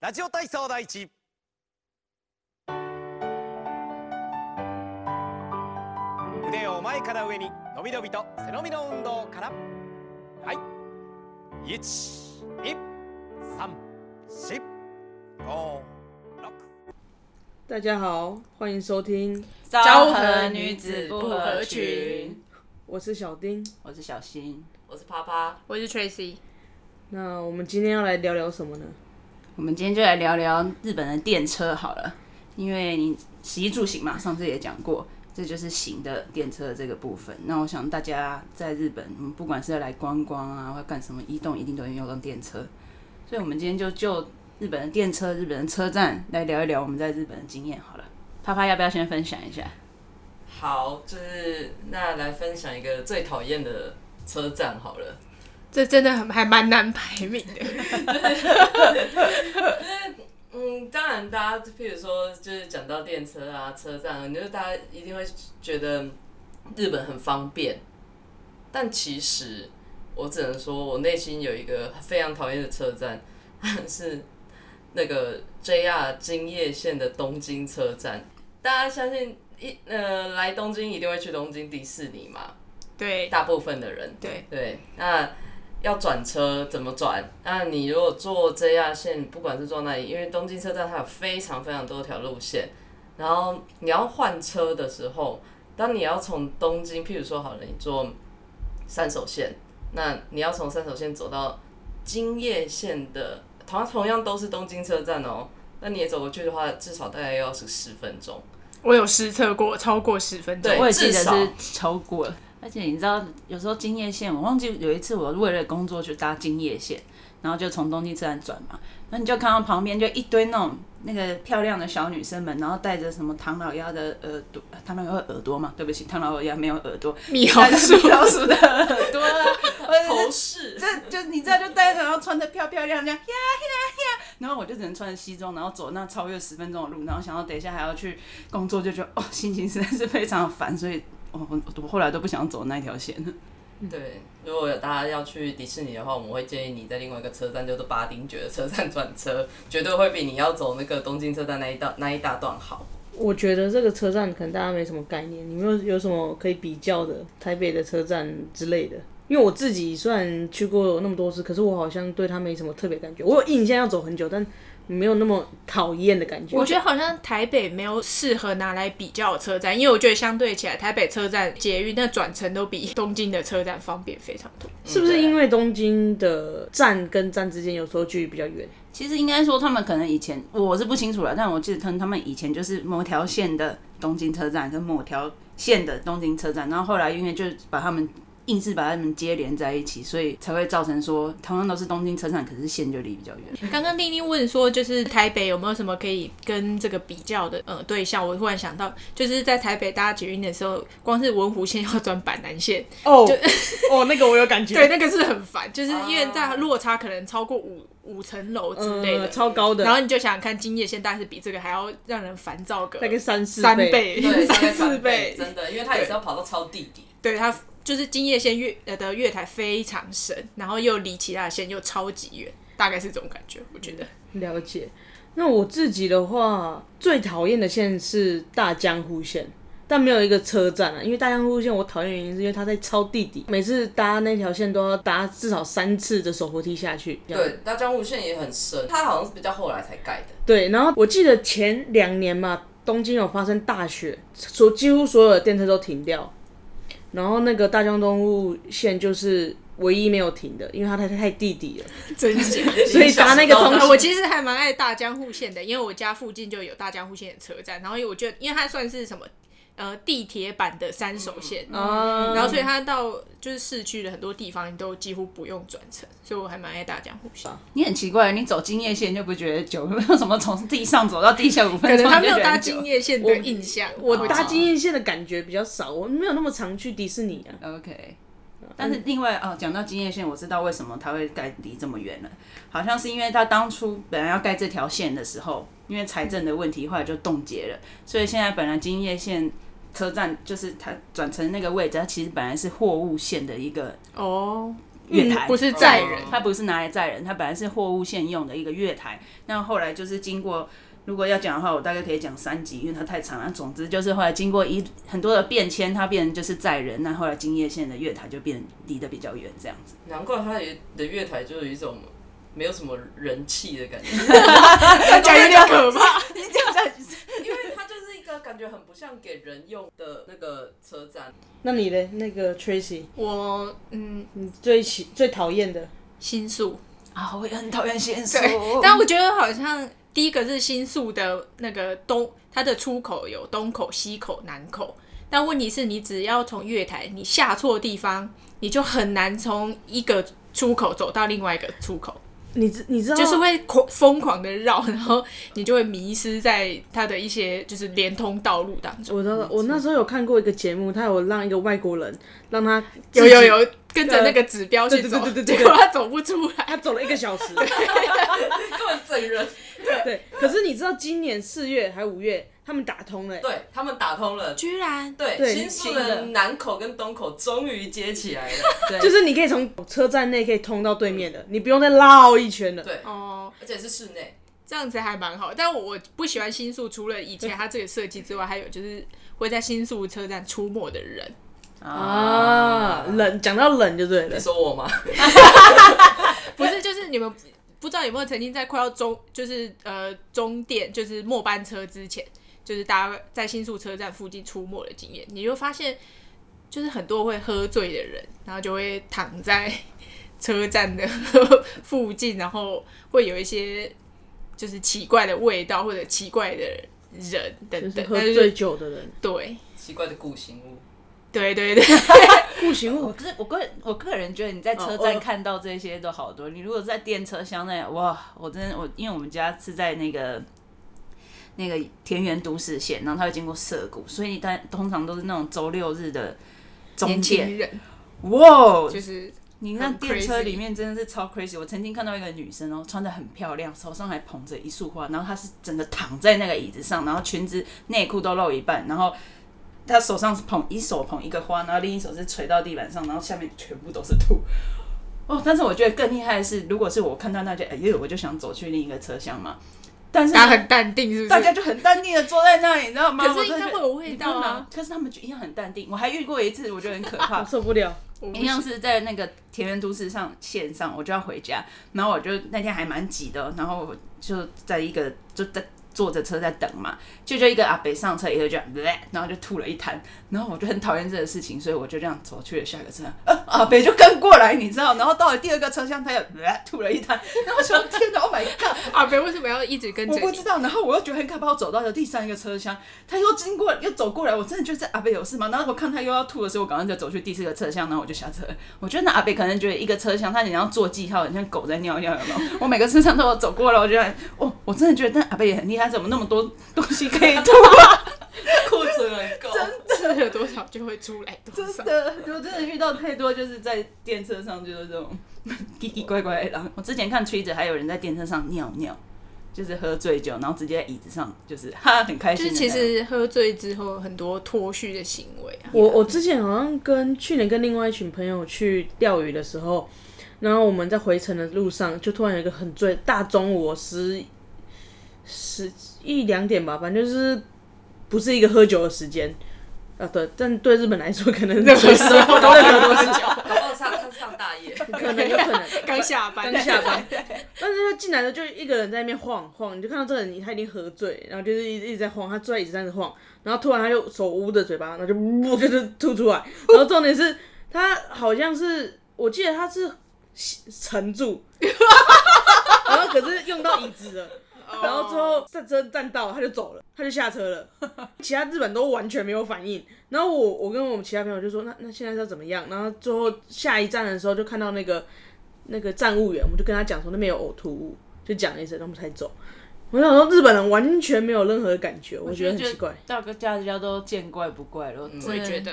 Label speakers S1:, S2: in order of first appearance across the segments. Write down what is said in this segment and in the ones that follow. S1: ラジオ体操第一。腕を前から上に伸び伸びと背伸びの運動から。はい。一、二、三、四、五、六。
S2: 大家好，欢迎收听，
S3: 昭和女子不合群。
S2: 我是小丁。
S3: 我是小新。
S4: 我是啪啪，
S5: 我是 Tracy，
S2: 那我们今天要来聊聊什么呢？
S3: 我们今天就来聊聊日本的电车好了，因为你洗衣住行嘛，上次也讲过，这就是行的电车的这个部分。那我想大家在日本，嗯不管是要来观光啊，或干什么，移动一定都会用到电车，所以我们今天就就日本的电车、日本的车站来聊一聊我们在日本的经验好了。啪啪要不要先分享一下？
S4: 好，就是那来分享一个最讨厌的车站好了。
S5: 这真的很还蛮难排名的。
S4: 嗯，当然，大家譬如说，就是讲到电车啊、车站啊，你就大家一定会觉得日本很方便，但其实我只能说，我内心有一个非常讨厌的车站， 是那个 JR 京叶线的东京车站。大家相信一呃来东京一定会去东京迪士尼嘛，
S5: 对
S4: 大部分的人。
S5: 对，
S4: 对，那要转车怎么转？那你如果坐 JR 线，不管是坐哪里，因为东京车站它有非常非常多条路线，然后你要换车的时候，当你要从东京，譬如说好了，你坐三手线，那你要从三手线走到京叶线的，同样同样都是东京车站哦。那你也走过去的话，至少大概要是十分钟。
S5: 我有实测过，超过十分钟
S4: 对。
S3: 我也记得
S4: 至少
S3: 是超过了。而且你知道，有时候京叶线，我忘记有一次我为了工作去搭京叶线，然后就从东京车站转嘛，那你就看到旁边就一堆那种那个漂亮的小女生们，然后戴着什么唐老鸭的耳朵，唐老鸭的耳朵嘛，对不起，唐老鸭没有耳朵，
S5: 蜜
S3: 戴
S5: 桃
S3: 着
S5: 树
S3: 米老鼠的耳朵啦，或者是
S4: 头 饰，
S3: 这就你知道，就戴着，然后穿的漂漂亮亮，呀呀呀，然后我就只能穿着西装，然后走那超越十分钟的路，然后想到等一下还要去工作，就觉得哦，心情实在是非常烦，所以我我我后来都不想走那条线了。
S4: 对，如果有大家要去迪士尼的话，我们会建议你在另外一个车站，就是巴丁爵的车站转车，绝对会比你要走那个东京车站那一道那一大段好。
S2: 我觉得这个车站可能大家没什么概念，你们有有什么可以比较的？台北的车站之类的？因为我自己虽然去过那么多次，可是我好像对它没什么特别感觉。我有印象要走很久，但没有那么讨厌的感觉。
S5: 我觉得好像台北没有适合拿来比较的车站，因为我觉得相对起来，台北车站捷运那转乘都比东京的车站方便非常多。
S2: 是不
S4: 嗯
S2: 是
S4: 对
S2: 因为东京的站跟站之间有时候距离比较远？
S3: 其实应该说，他们可能以前我是不清楚了，但我记得可能他们以前就是某条线的东京车站跟某条线的东京车站，然后后来因为就把他们硬是把他们接连在一起，所以才会造成说同样都是东京车站，可是线就离比较远。
S5: 刚刚丽丽问说，就是台北有没有什么可以跟这个比较的呃对象？我突然想到，就是在台北搭捷运的时候，光是文湖线要转板南线，
S2: 哦 哦，那个我有感觉
S5: 对，那个是很烦，就是因为在落差可能超过五五层楼之类的，
S2: 呃、超高的，
S5: 然后你就想想看，今夜现在是比这个还要让人烦躁个
S2: 大概三四
S5: 三
S2: 倍。
S5: 倍、三四倍，
S4: 真的，因为它也是要跑到超地底。
S5: 对它就是今夜线月呃的月台非常深，然后又离其他的线又超级远，大概是这种感觉，我觉得。
S2: 了解。那我自己的话，最讨厌的线是大江户线，但没有一个车站啊，因为大江户线我讨厌的原因是因为它在超地底，每次搭那条线都要搭至少三次的手扶梯下去。
S4: 对，大江户线也很深，它好像是比较后来才盖的。
S2: 对，然后我记得前两年嘛，东京有发生大雪，所几乎所有的电车都停掉，然后那个大江东路线就是唯一没有停的，因为它太太地底了。
S5: 真假？
S2: 所以搭那个东
S4: 东
S2: 西
S5: 啊，我其实还蛮爱大江户线的，因为我家附近就有大江户线的车站，然后因为我觉得，因为它算是什么呃地铁版的三手线，
S2: 啊
S5: 然后所以它到就是市区的很多地方你都几乎不用转乘，所以我还蛮爱大江户线。
S3: 你很奇怪，你走京叶线就不觉得久， 为什么从地上走到地下五
S5: 可
S3: 分
S5: 能
S3: 钟？
S5: 他没有搭
S3: 京
S5: 京。叶线的印象，
S2: 我
S5: 不知道
S2: 搭经验线的感觉比较少，我没有那么常去迪士尼啊。
S3: OK，但是另外哦，讲到京叶线，我知道为什么它会盖离这么远了，好像是因为它当初本来要盖这条线的时候，因为财政的问题，后来就冻结了，所以现在本来京叶线。车站就是它转成那个位置，它其实本来是货物线的一个
S5: 哦，
S3: 月台，
S5: 不是载人，
S3: 它不是拿来载人，它本来是货物线用的一个月台。那后来就是经过，如果要讲的话，我大概可以讲三集，因为它太长了。总之就是后来经过一很多的变迁，它变成就是载人。那后来金叶线的月台就变离得比较远，这样子。
S4: 难怪他的月台就有一种没有什么人气的感觉，
S5: 讲有点可怕。
S4: 因为它就是一个感觉很不像给人用的那个车站。
S2: 那你嘞，那个 Tracy，
S5: 我嗯，
S2: 你最喜最讨厌的，
S5: 新宿，
S3: 啊，我也很讨厌限速，
S5: 但我觉得好像第一个是新宿的那个东，它的出口有东口、西口、南口，但问题是你只要从月台你下错地方，你就很难从一个出口走到另外一个出口，
S2: 你知你知道
S5: 就是会狂疯狂的绕，然后你就会迷失在它的一些就是连通道路当中。
S2: 我知道，我那时候有看过一个节目，他有让一个外国人让他
S5: 有
S2: 自己
S5: 有，有跟着那个指标去
S2: 对
S5: 走，
S2: 对对对对对
S5: 结果他走不出来。
S2: 他走了一个小 时。
S4: 根本整人，
S2: 对，可是你知道今年四月还五月他们打通了、欸，
S4: 对他们打通了。
S5: 居然
S4: 对，
S2: 对
S4: 新宿
S3: 新的
S4: 的南口跟东口终于接起来了，
S2: 就
S3: 对，
S2: 是你可以从车站内可以通到对面的，你不用再绕一圈了。
S4: 对
S5: 哦，
S4: 而且是室内。
S5: 这样子还蛮好，但我我不喜欢新宿，除了以前它这个设计之外，还有就是会在新宿车站出没的人，
S2: 啊，冷讲到冷就对了
S4: 你。说我吗？
S5: 不是就是你们不知道有没有曾经在快要终就是呃终点就是末班车之前，就是大家在新宿车站附近出没的经验，你就发现就是很多会喝醉的人，然后就会躺在 车站的 附近，然后会有一些就是奇怪的味道或者奇怪的人
S2: 就
S5: 等
S2: 是
S5: 等，
S2: 喝
S5: 但是
S2: 醉酒的人，
S5: 对。
S4: 奇怪的固形物，
S5: 对对对，
S2: 不行，
S3: 我
S2: 我
S3: 个我个人我个人觉得你在车
S2: 哦
S3: 站
S2: 哦
S3: 看到这些都好多。你如果在电车厢内，哇，我真的我因为我们家是在那个那个田园都市线，然后它会经过涩谷，所以你但通常都是那种周六日的中
S5: 年
S3: 介
S5: 轻。人
S3: 哇，
S5: 就是
S3: 你那
S5: 很
S3: 电车
S5: crazy
S3: 里面真的是超 crazy。我曾经看到一个女生哦，穿的很漂亮，手上还捧着一束花，然后她是整个躺在那个椅子上，然后裙子、内裤都露一半，然后她手上是捧一手捧一个花，然后另一手是垂到地板上，然后下面全部都是土。哦，但是我觉得更厉害的是，如果是我看到那些，哎呦，我就想走去另一个车厢嘛。但是呢
S5: 大家很淡定，是不是？
S3: 大家就很淡定的坐在那里，你知道吗？
S5: 可是
S3: 我真的
S5: 应该
S3: 觉得
S5: 会有味道啊！
S3: 你不能可是他们就一样很淡定。我还遇过一次，我觉得很可怕
S2: 我。受不了。
S5: 我不
S3: 一样是在那个田园都市上线上，我就要回家，然后我就那天还蛮急的，哦然后我就在一个就在坐着车在等嘛，就就一个阿北上车以后就，然后就吐了一滩，然后我就很讨厌这个事情，所以我就这样走去了下一个车厢，呃、阿北就跟过来，你知道，然后到了第二个车厢，他也呃吐了一滩，然后我说天哪，Oh my god！
S5: 阿啊北为什么要一直跟着
S3: 我不知
S5: 你？
S3: 道，然后我又觉得很可怕。我走到了第三个车厢，他又经过，又走过来，我真的觉得这阿贝有事吗？然后我看他又要吐的时候，我赶快就走去第四个车厢，然后我就下车了。我觉得那阿贝可能觉得一个车厢，他想要做记号，很像狗在尿尿，有没有？ 我每个车厢都有走过了，我觉得，哦，我真的觉得那阿贝也很厉害，怎么那么多东西可以吐？啊
S4: 库存很够。
S5: 吃了多少就会出来多 少
S3: 真。的，我真的遇到太多，就是在电车上就是这种 奇奇怪怪的人。我之前看吹着还有人在电车上尿尿，就是喝醉酒，然后直接在椅子上，就是哈很开
S5: 就
S3: 心
S5: 是
S3: 的那种。
S5: 其实喝醉之后很多脱序的行为啊，
S2: 我我之前好像跟去年跟另外一群朋友去钓鱼的时候，然后我们在回程的路上，就突然有一个很醉，大中午哦十十一两点吧，反正就是不是一个喝酒的时间啊。对，但对日本来说，可能任何时候都任何都是酒，
S4: 搞不好上上大夜，
S2: 可能有可能。
S5: 刚下班，
S2: 刚下 班，但是他进来的就一个人在那边晃晃，你就看到这个人他已经喝醉，然后就是一直一直在晃，他坐在椅子上一直晃，然后突然他就手捂着嘴巴，然后就呜就是吐出来，然后重点是他好像是我记得他是沉住，然后可是用到椅子了。然后之后站车站到，他就走了，他就下车了。其他日本都完全没有反应。然后我我跟我们其他朋友就说，那那现在是要怎么样？然后最后下一站的时候就看到那个那个站务员，我们就跟他讲说那边有呕吐物，就讲了一声，然后我们才走。我想说日本人完全没有任何的感觉，我觉得很奇怪。。
S3: 大哥家家都见怪不怪了，
S5: 嗯我
S3: 我
S5: 也觉。得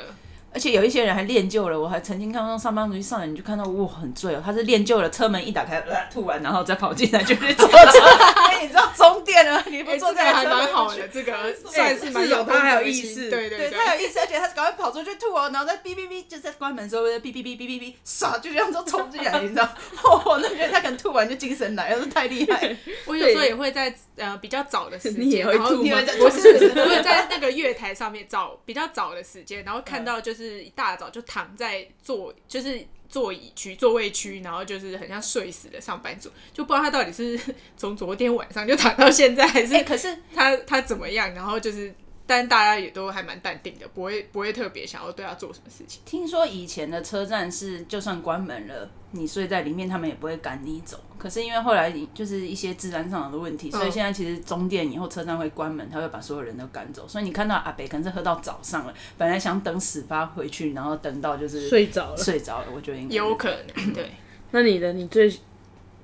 S3: 而且有一些人还练就了，我还曾经看到上班族一上来你就看到哇很醉哦，他是练就了，车门一打开，呃、吐完然后再跑进来就去坐 车，哎，你知道终点了，你不
S5: 哎，这
S3: 坐
S5: 个
S3: 在
S5: 还
S3: 车
S5: 蛮
S3: 门
S5: 好
S3: 就去
S5: 的，这个算是蛮
S2: 至少
S5: 公德
S2: 他还有
S5: 心
S2: 意识
S5: 对
S3: 对
S5: 对
S3: 他有意思，而且他赶快跑出出去吐哦，然后再哔哔哔，就在关门的时候哔哔哔哔哔哔，唰就这样就冲进来，你知道？ 哦，那觉得他可能吐完就精神来了，太厉 害。
S5: 我有时候也会在呃比较早的时
S2: 你也
S5: 间，
S2: 会
S5: 然后
S2: 吐吗
S5: 我是我有在那个月台上面找比较早的时间，然后看到就是一大早就躺在座就是座椅区座位区，然后就是很像睡死的上班族，就不知道他到底是从昨天晚上就躺到现在，还是
S3: 哎、可是
S5: 他他怎么样，然后就是。但大家也都还蛮淡定的，不会不会特别想要对他做什么事情。
S3: 听说以前的车站是，就算关门了，你睡在里面，他们也不会赶你走。可是因为后来就是一些治安上的问题，所以现在其实终点以后车站会关门，他会把所有人都赶走。所以你看到阿北可能是喝到早上了，本来想等始发回去，然后等到就是
S2: 睡着了。
S3: 睡着了，我觉得应该是
S5: 有可
S3: 嗯
S5: 能，对，
S2: 那你的你最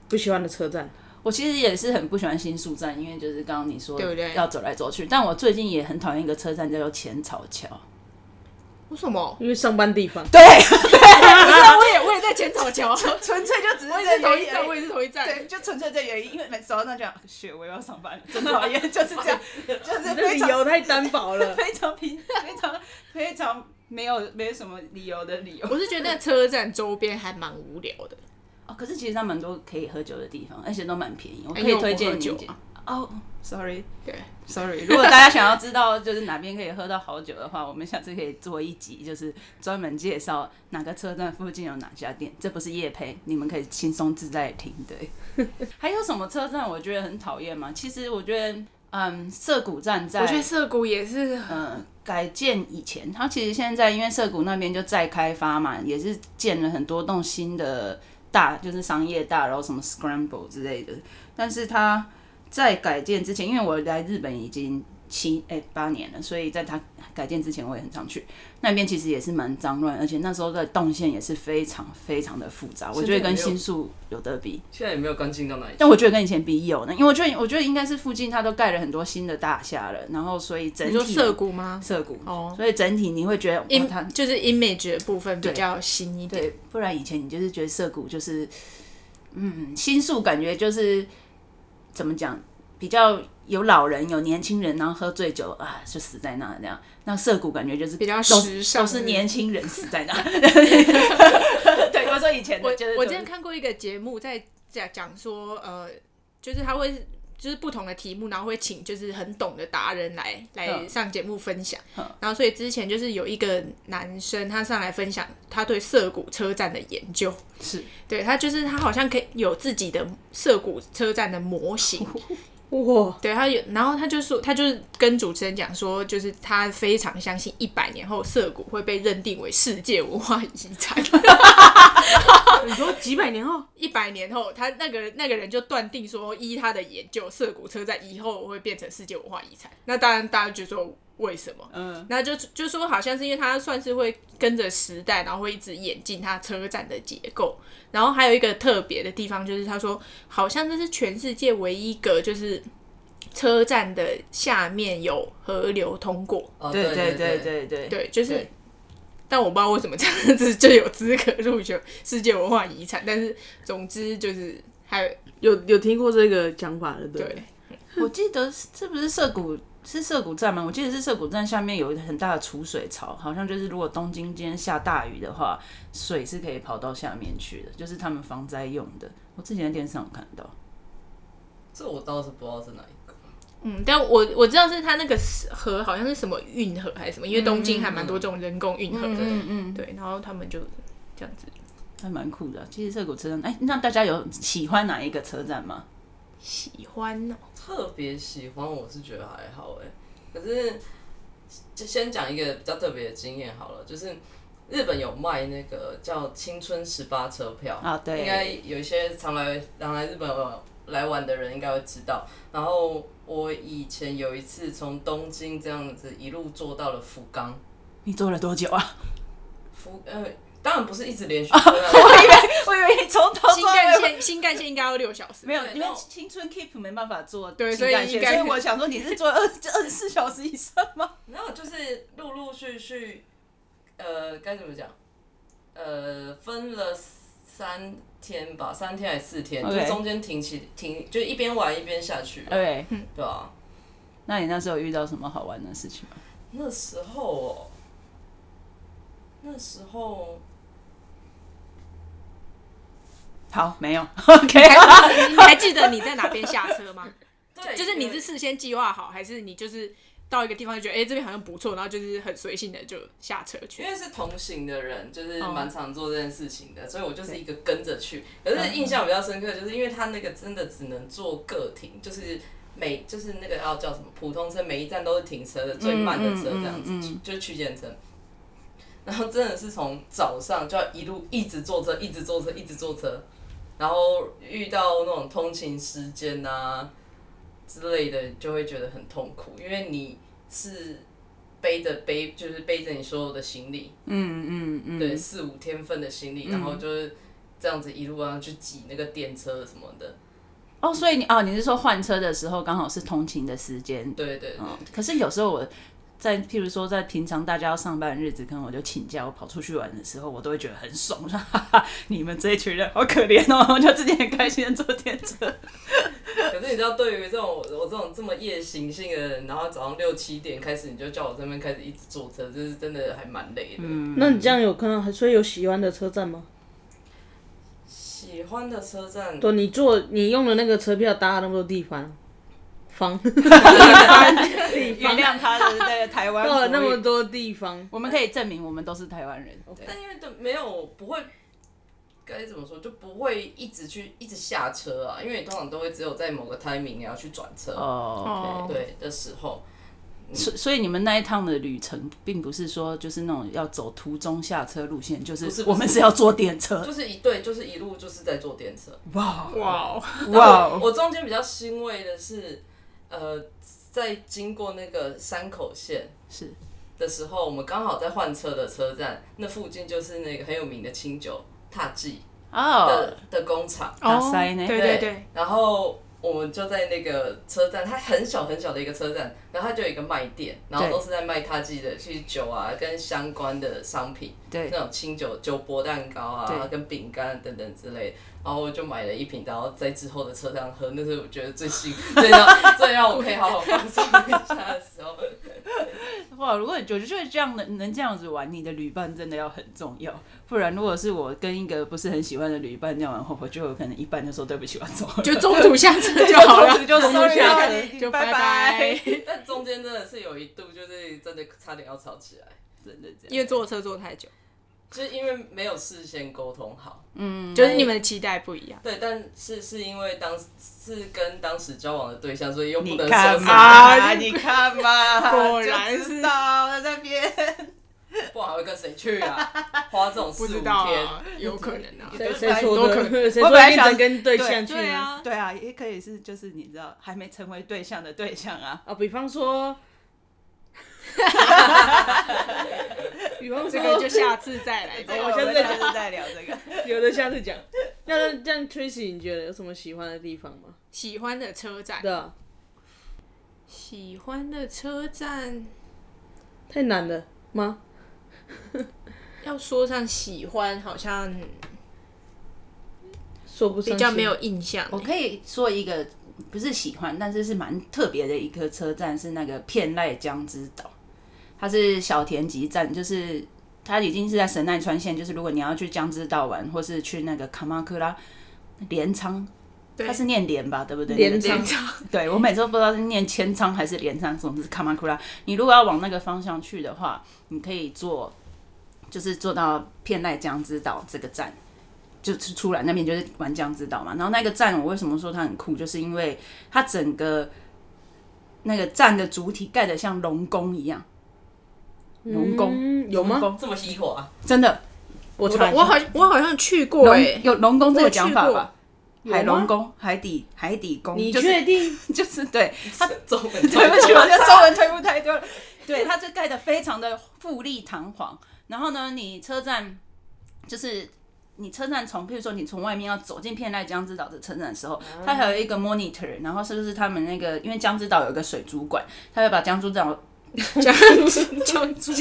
S2: 不喜欢的车站？
S3: 我其实也是很不喜欢新宿站，因为就是刚刚你说
S5: 对不对
S3: 要走来走去，但我最近也很讨厌一个车站叫做浅草桥。
S5: 为什么？
S2: 因为上班地方，
S3: 对，
S5: 不是 啊，我也我也在浅草桥啊，
S3: 纯粹就只是
S5: 我也
S3: 在
S5: 是同
S3: 原
S5: 一
S3: 因而
S5: 站，
S3: 已
S5: 我也是同一 站。
S3: 对，就纯粹这原因，因为每次早上就讲，雪，啊我又要上班了，真讨厌，就是 这样，就是
S2: 你的
S3: 非
S2: 理
S3: 常
S2: 由太单薄了。
S3: 非常平，非常非常没有没有什么理由的理由。
S5: 我是觉得那车站周边还蛮无聊的，
S3: 哦，可是其实它蛮多可以喝酒的地方，而且都蛮便宜，哎我可
S5: 因为
S3: 以
S5: 我不
S3: 推
S5: 喝
S3: 荐你
S5: 酒
S3: 一间。哦，sorry、
S5: 对，
S3: s o r r y s o r r y 如果大家想要知道就是哪边可以喝到好酒的话，我们下次可以做一集，就是专门介绍哪个车站附近有哪家店。这不是夜配，你们可以轻松自在地听。对， 还有什么车站我觉得很讨厌吗？其实我觉得，嗯，涩谷站在
S5: 我觉得涩谷也是，
S3: 呃改建以前，它其实现在因为涩谷那边就再开发嘛，也是建了很多栋新的大，就是商业大楼，什么 Scramble 之类的。但是它在改建之前，因为我来日本已经七哎、八年了，所以在它改建之前，我也很常去那边，其实也是蛮脏乱，而且那时候的动线也是非常非常的复杂，我觉得跟新宿有得比。
S4: 现在也没有干净到哪里去。
S3: 但我觉得跟以前比有呢，因为我觉得我觉得应该是附近它都盖了很多新的大厦了，然后所以整
S5: 你
S3: 体
S5: 说涩谷吗？
S3: 涩谷
S5: 哦
S3: 所以整体你会觉得哇，
S5: im
S3: 它
S5: 就是 image 的部分比
S3: 对
S5: 较新一点，
S3: 对，不然以前你就是觉得涩谷就是，嗯，新宿感觉就是怎么讲，比较有老人有年轻人，然后喝醉酒啊就死在那这样。那涩谷感觉就是
S5: 比较
S3: 都
S5: 时尚
S3: 都是年轻人死在那。 对，我说以前的
S5: 我
S3: 就是
S5: 我
S3: 都
S5: 之前看过一个节目，在讲讲说，呃，就是他会就是不同的题目，然后会请就是很懂的达人来来
S3: 嗯
S5: 上节目分享
S3: 嗯。
S5: 然后所以之前就是有一个男生，他上来分享他对涩谷车站的研究，
S3: 是
S5: 对他就是他好像可以有自己的涩谷车站的模型，
S2: 哇，
S5: 对他有，然后他就说，他就是跟主持人讲说，就是他非常相信一百年后涩谷会被认定为世界文化遗产。
S2: 你说几百年后，
S5: 一百年后，他那个那个人就断定说，依他的研究，涩谷车站以后会变成世界文化遗产。那当然，大家就说为什么？
S3: 嗯，
S5: 那就就说好像是因为它算是会跟着时代，然后会一直演进它车站的结构。然后还有一个特别的地方就是，他说好像这是全世界唯一一个就是车站的下面有河流通过。
S4: 哦，
S3: 对
S4: 对
S3: 对对
S4: 对，
S3: 对对
S5: 对，就是
S3: 对，
S5: 但我不知道为什么这样子就有资格入选世界文化遗产。但是总之就是还
S2: 有有听过这个讲法的，对不对
S5: 对，
S3: 我记得是这不是涩谷是涩谷站吗？我记得是涩谷站下面有一个很大的储水槽，好像就是如果东京今天下大雨的话，水是可以跑到下面去的，就是他们防灾用的。我之前在电视上有看到，
S4: 这我倒是不知道是哪一个。
S5: 嗯，但我我知道是它那个河好像是什么运河还是什么，因为东京还蛮多这种人工运河的。
S3: 嗯，
S5: 对，然后他们就这样子
S3: 还蛮酷的啊、其实涩谷车站，哎、那大家有喜欢哪一个车站吗？
S5: 喜欢哦。
S4: 特别喜欢，我是觉得还好哎、可是，就先讲一个比较特别的经验好了，就是日本有卖那个叫青春十八车票
S3: 啊对
S4: 应该有一些常来常来日本来玩的人应该会知道。然后我以前有一次从东京这样子一路坐到了福冈，
S3: 你坐了多久啊？
S4: 福呃，当然不是一直 连续坐到。
S3: 我以为你从头
S5: 新
S3: 坐
S5: 干
S3: 到尾。
S5: 线新干线应该要六小时，
S3: 没有，因为
S4: 那我
S3: 青春 keep 没办法坐
S5: 对
S3: 新干
S5: 所以应
S3: 线，
S5: 该
S3: 所以我想说你是坐二二十四小时以上吗？
S4: 然后就是陆陆续续，呃，该怎么讲？呃，分了三天吧，三天还是四天
S3: OK
S4: 就是中间停起停，就一边玩一边下去，
S5: 呃
S3: 对，
S4: 对啊？
S3: 那你那时候有遇到什么好玩的事情吗？
S4: 那时候哦，那时候
S3: 好，没 有，OK，
S5: 还你还记得你在哪边下车 吗？
S4: 对，
S5: 就是你
S4: 因为
S5: 是事先计划好，还是你就是到一个地方就觉得哎、这边好像不错，然后就是很随性的就下车去
S4: 因？为是同行的人，就是
S5: 哦
S4: 蛮常做这件事情的，所以我就是一个跟着去。可是印象比较深刻，就是因为他那个真的只能坐个停，就是每就是那个哦要叫什么普通车，每一站都是停车的，最慢的车这样子，
S3: 嗯嗯嗯
S4: 就区间车。然后真的是从早上就要一路一直坐车，一直坐车，一直坐车，然后遇到那种通勤时间啊之类的，就会觉得很痛苦，因为你是背着背，就是背着你所有的行李，
S3: 嗯嗯嗯，
S4: 对，四五天份的行李，然后就是这样子一路啊去挤那个电车什么的，
S3: 哦，所以你哦，你是说换车的时候刚好是通勤的时间？
S4: 对对对
S3: 嗯，可是有时候我在，譬如说在平常大家要上班的日子，可能我就请假，我跑出去玩的时候，我都会觉得很爽， 我说哈哈，你们这一群人好可怜哦，我就自己很开心的坐电车。
S4: 可是你知道，对于这种我这种这么夜行性的人，然后早上六七点开始你就叫我这边开始一直坐车，这是真的还蛮累的。
S3: 嗯
S2: 那你这样有看到，所以有喜欢的车站吗？
S4: 喜欢的车站，
S2: 对，你坐你用的那个车票搭了那么多地方，方 地方地方，
S3: 原谅他的在台湾
S2: 到了那么，多地方，
S3: 我们可以证明我们都是台湾人。对，
S4: 但因为都没有不会。该怎么说就不会一直去一直下车啊，因为你通常都会只有在某个 timing 你要去转车，
S3: 哦，
S4: 对的时候，
S3: 所所以你们那一趟的旅程，并不是说就是那种要走途中下车路线，就
S4: 不
S3: 是
S4: 是不是
S3: 我们是要坐电车
S4: 就。是一对就是一路就是在坐电车，
S3: 哇
S5: 哇，
S3: 哇哦！
S4: 我中间比较欣慰的是，呃，在经过那个山口县
S3: 是
S4: 的时候，我们刚好在换车的车站，那附近就是那个很有名的清酒踏记
S3: 哦
S4: 的，的工厂。
S3: 打塞呢
S5: 哦对对对，
S4: 然后我们就在那个车站，它很小很小的一个车站，然后它就有一个卖店，然后
S3: 对
S4: 都是在卖踏记的，去酒啊跟相关的商品。
S3: 对
S4: 那种清酒、酒波蛋糕啊
S3: 对，
S4: 跟饼干等等之类的，然后我就买了一瓶，然后在之后的车上喝，那是我觉得最幸， 最让最让我可以好好放松一下的时候。
S3: 哇，啊如果我觉得这样能能这样子玩，你的旅伴真的要很重要，不然如果是我跟一个不是很喜欢的旅伴这样玩后，我就有可能一半就说对不起，我要走了，
S5: 就中途下车 就好了，
S3: 就中途下
S5: 就
S3: 车，
S5: 啊就
S3: 啊拜
S5: 拜拜，
S4: 但中间真的是有一度，就是真的差点要吵起来，
S3: 真的这样。
S5: 因为坐车坐太久，
S4: 就是因为没有事先沟通好。
S5: 就是你们的期待不一样。
S4: 对，但是是因为当是跟当时交往的对象，所以又不
S3: 你
S4: 能
S3: 看
S4: 说
S3: 嘛，
S4: 什
S5: 啊
S3: 你看嘛，
S5: 果然
S3: 就是知道在那边。
S4: 么， 不然还会跟谁去啊？花这种
S5: 不
S4: 四五
S5: 知
S4: 天，
S5: 道啊，有可能啊。
S2: 谁
S3: 对
S2: 谁说
S5: 都可
S2: 的？谁
S3: 我
S2: 说
S3: 本来
S2: 一
S3: 想
S2: 直跟对
S3: 对
S2: 象去
S5: 对
S2: 呢？
S5: 啊，
S3: 对啊，也可以是就是你知道还没成为对象的对象啊。
S2: 啊，比方 说，比方说，
S5: 这个就下次再来。
S3: 哎
S2: 我下次再讲
S3: 就是在聊这 个。
S2: 有的下次讲。那那这样，Tracy，你觉得有什么喜欢的地方吗？
S5: 喜欢的车站，
S2: 对啊，
S5: 喜欢的车站，
S2: 太难了吗？
S5: 要说上喜欢，好像
S2: 说不上，
S5: 比较没有。印象。
S3: 我可以说一个不是喜欢，但是是蛮特别的一个车站，是那个片濑江之岛，它是小田急站，就是它已经是在神奈川县，就是如果你要去江之岛玩，或是去那个卡马库拉镰仓，
S5: 对
S3: 它是念镰吧，对不对？
S2: 镰
S5: 连
S2: 仓
S5: 长
S3: 对我每次都不知道是念千仓还是镰仓，总之是卡马库拉。你如果要往那个方向去的话，你可以坐，就是坐到片濑江之岛这个站，就是出来那边就是玩江之岛嘛。然后那个站我为什么说它很酷，就是因为它整个那个站的主体盖得像龙宫一样，龙宫、
S2: 嗯，有吗？
S3: 龙宫
S4: 这么稀火啊？
S3: 真的
S2: 我查一下
S5: 我好我好像去过
S3: 龙
S5: 哎，
S3: 有龙宫这个讲法
S5: 我有
S3: 吧？海龙宫、海底海底宫，
S2: 你
S3: 就是
S2: 确定？
S3: 就是对，
S4: 中文
S3: 对不起，我这中文推不太多了。对，它就盖得非常的富丽堂皇。然后呢，你车站就是你车站从，譬如说你从外面要走进片濑江之岛的车站的时候，它还有一个 monitor，然后是不是他们那个因为江之岛有一个水族馆，它会把江之岛
S5: 这样子这样子，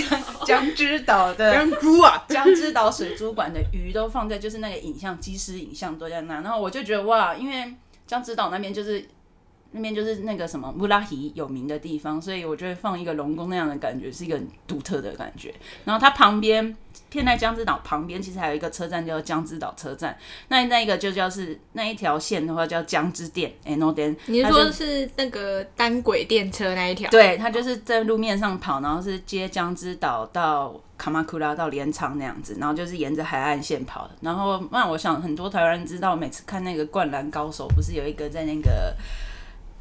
S3: 江之岛 的
S2: 香菇啊！
S3: 江之岛水族馆的鱼都放在，就是那个影像，即时影像都在那。然后我就觉得哇，因为江之岛那边就是那边就是那个什么布拉提有名的地方，所以我觉得放一个龙宫那样的感觉是一个很独特的感觉。然后它旁边，现在江之岛旁边其实还有一个车站叫江之岛车站，那那一个就叫是那一条线的话叫江之电 n o d e n
S5: 你是说是那个单轨电车那一条？
S3: 对，他就是在路面上跑，然后是接江之岛到卡马库拉到镰仓那样子，然后就是沿着海岸线跑的。然后那我想很多台湾人知道，每次看那个《灌篮高手》，不是有一个在那个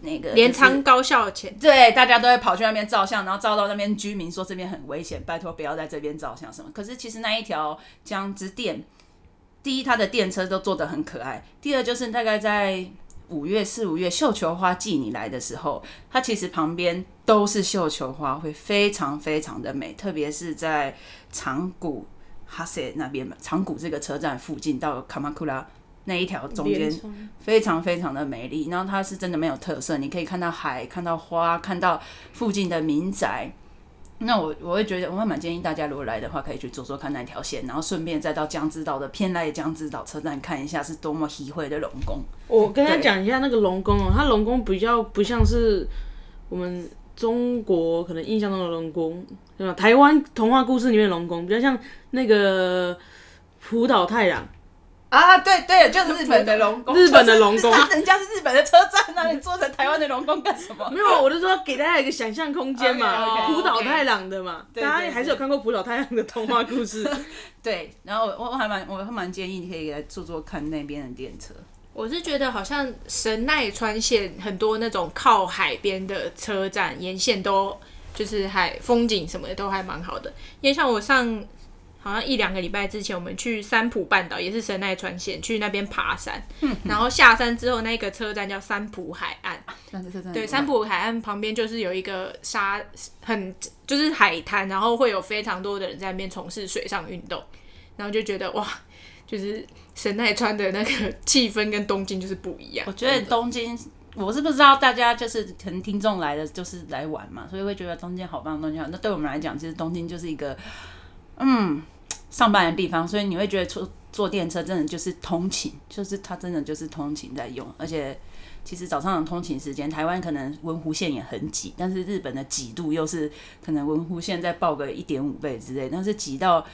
S3: 那个
S5: 镰
S3: 就是
S5: 仓高校前，
S3: 对，大家都会跑去那边照相，然后照到那边居民说这边很危险，拜托不要在这边照相什么。可是其实那一条江之电，第一它的电车都做得很可爱，第二就是大概在五月四五月绣球花季你来的时候，它其实旁边都是绣球花，会非常非常的美，特别是在长谷哈塞那边嘛，长谷这个车站附近到卡马库拉那一条中间
S2: 镰仓
S3: 非常非常的美丽。然后它是真的没有特色，你可以看到海，看到花，看到附近的民宅。那我我会觉得，我还蛮建议大家，如果来的话，可以去坐坐看那条线，然后顺便再到江之岛的偏濑江之岛车站看一下，是多么奇惠的龙宫。
S2: 我跟他
S3: 对
S2: 讲一下那个龙宫哦，它龙宫比较不像是我们中国可能印象中的龙宫，对吧？台湾童话故事里面的龙宫比较像那个浦岛太郎，
S3: 啊，对对， 就是日本的龙宫，
S2: 日本的龙宫
S3: 就是人家是日本的车站，啊那你坐成台湾的龙宫干什么？
S2: 没有，我就说给大家一个想象空间嘛，哦
S3: OK，OK
S2: 浦岛太郎的嘛，
S3: 对
S2: 大
S3: 对
S2: 家
S3: 对
S2: 还是有看过浦岛太郎的童话故 事，
S3: 对，然后我我还蛮我还蛮建议你可以来坐坐看那边的电车。
S5: 我是觉得好像神奈川县很多那种靠海边的车站沿线都就是海风景什么的都还蛮好的，因为像我上好像一两个礼拜之前，我们去三浦半岛，也是神奈川县，去那边爬山，然后下山之后那个车站叫三浦海岸，
S3: 但是车站
S5: 对，三浦海岸旁边就是有一个沙，很就是海滩，然后会有非常多的人在那边从事水上运动，然后就觉得哇，就是神奈川的那个气氛跟东京就是不一样
S3: 我。觉得东京，我是不知道大家就是可能听众来的就是来玩嘛，所以会觉得东京好棒，东京好。那对我们来讲，其实东京就是一个嗯上班的地方，所以你会觉得坐坐电车真的就是通勤，就是它真的就是通勤在用，而且。其实早上的通勤时间，台湾可能文湖线也很挤，但是日本的挤度又是可能文湖线再爆个一点五倍之类，但是挤到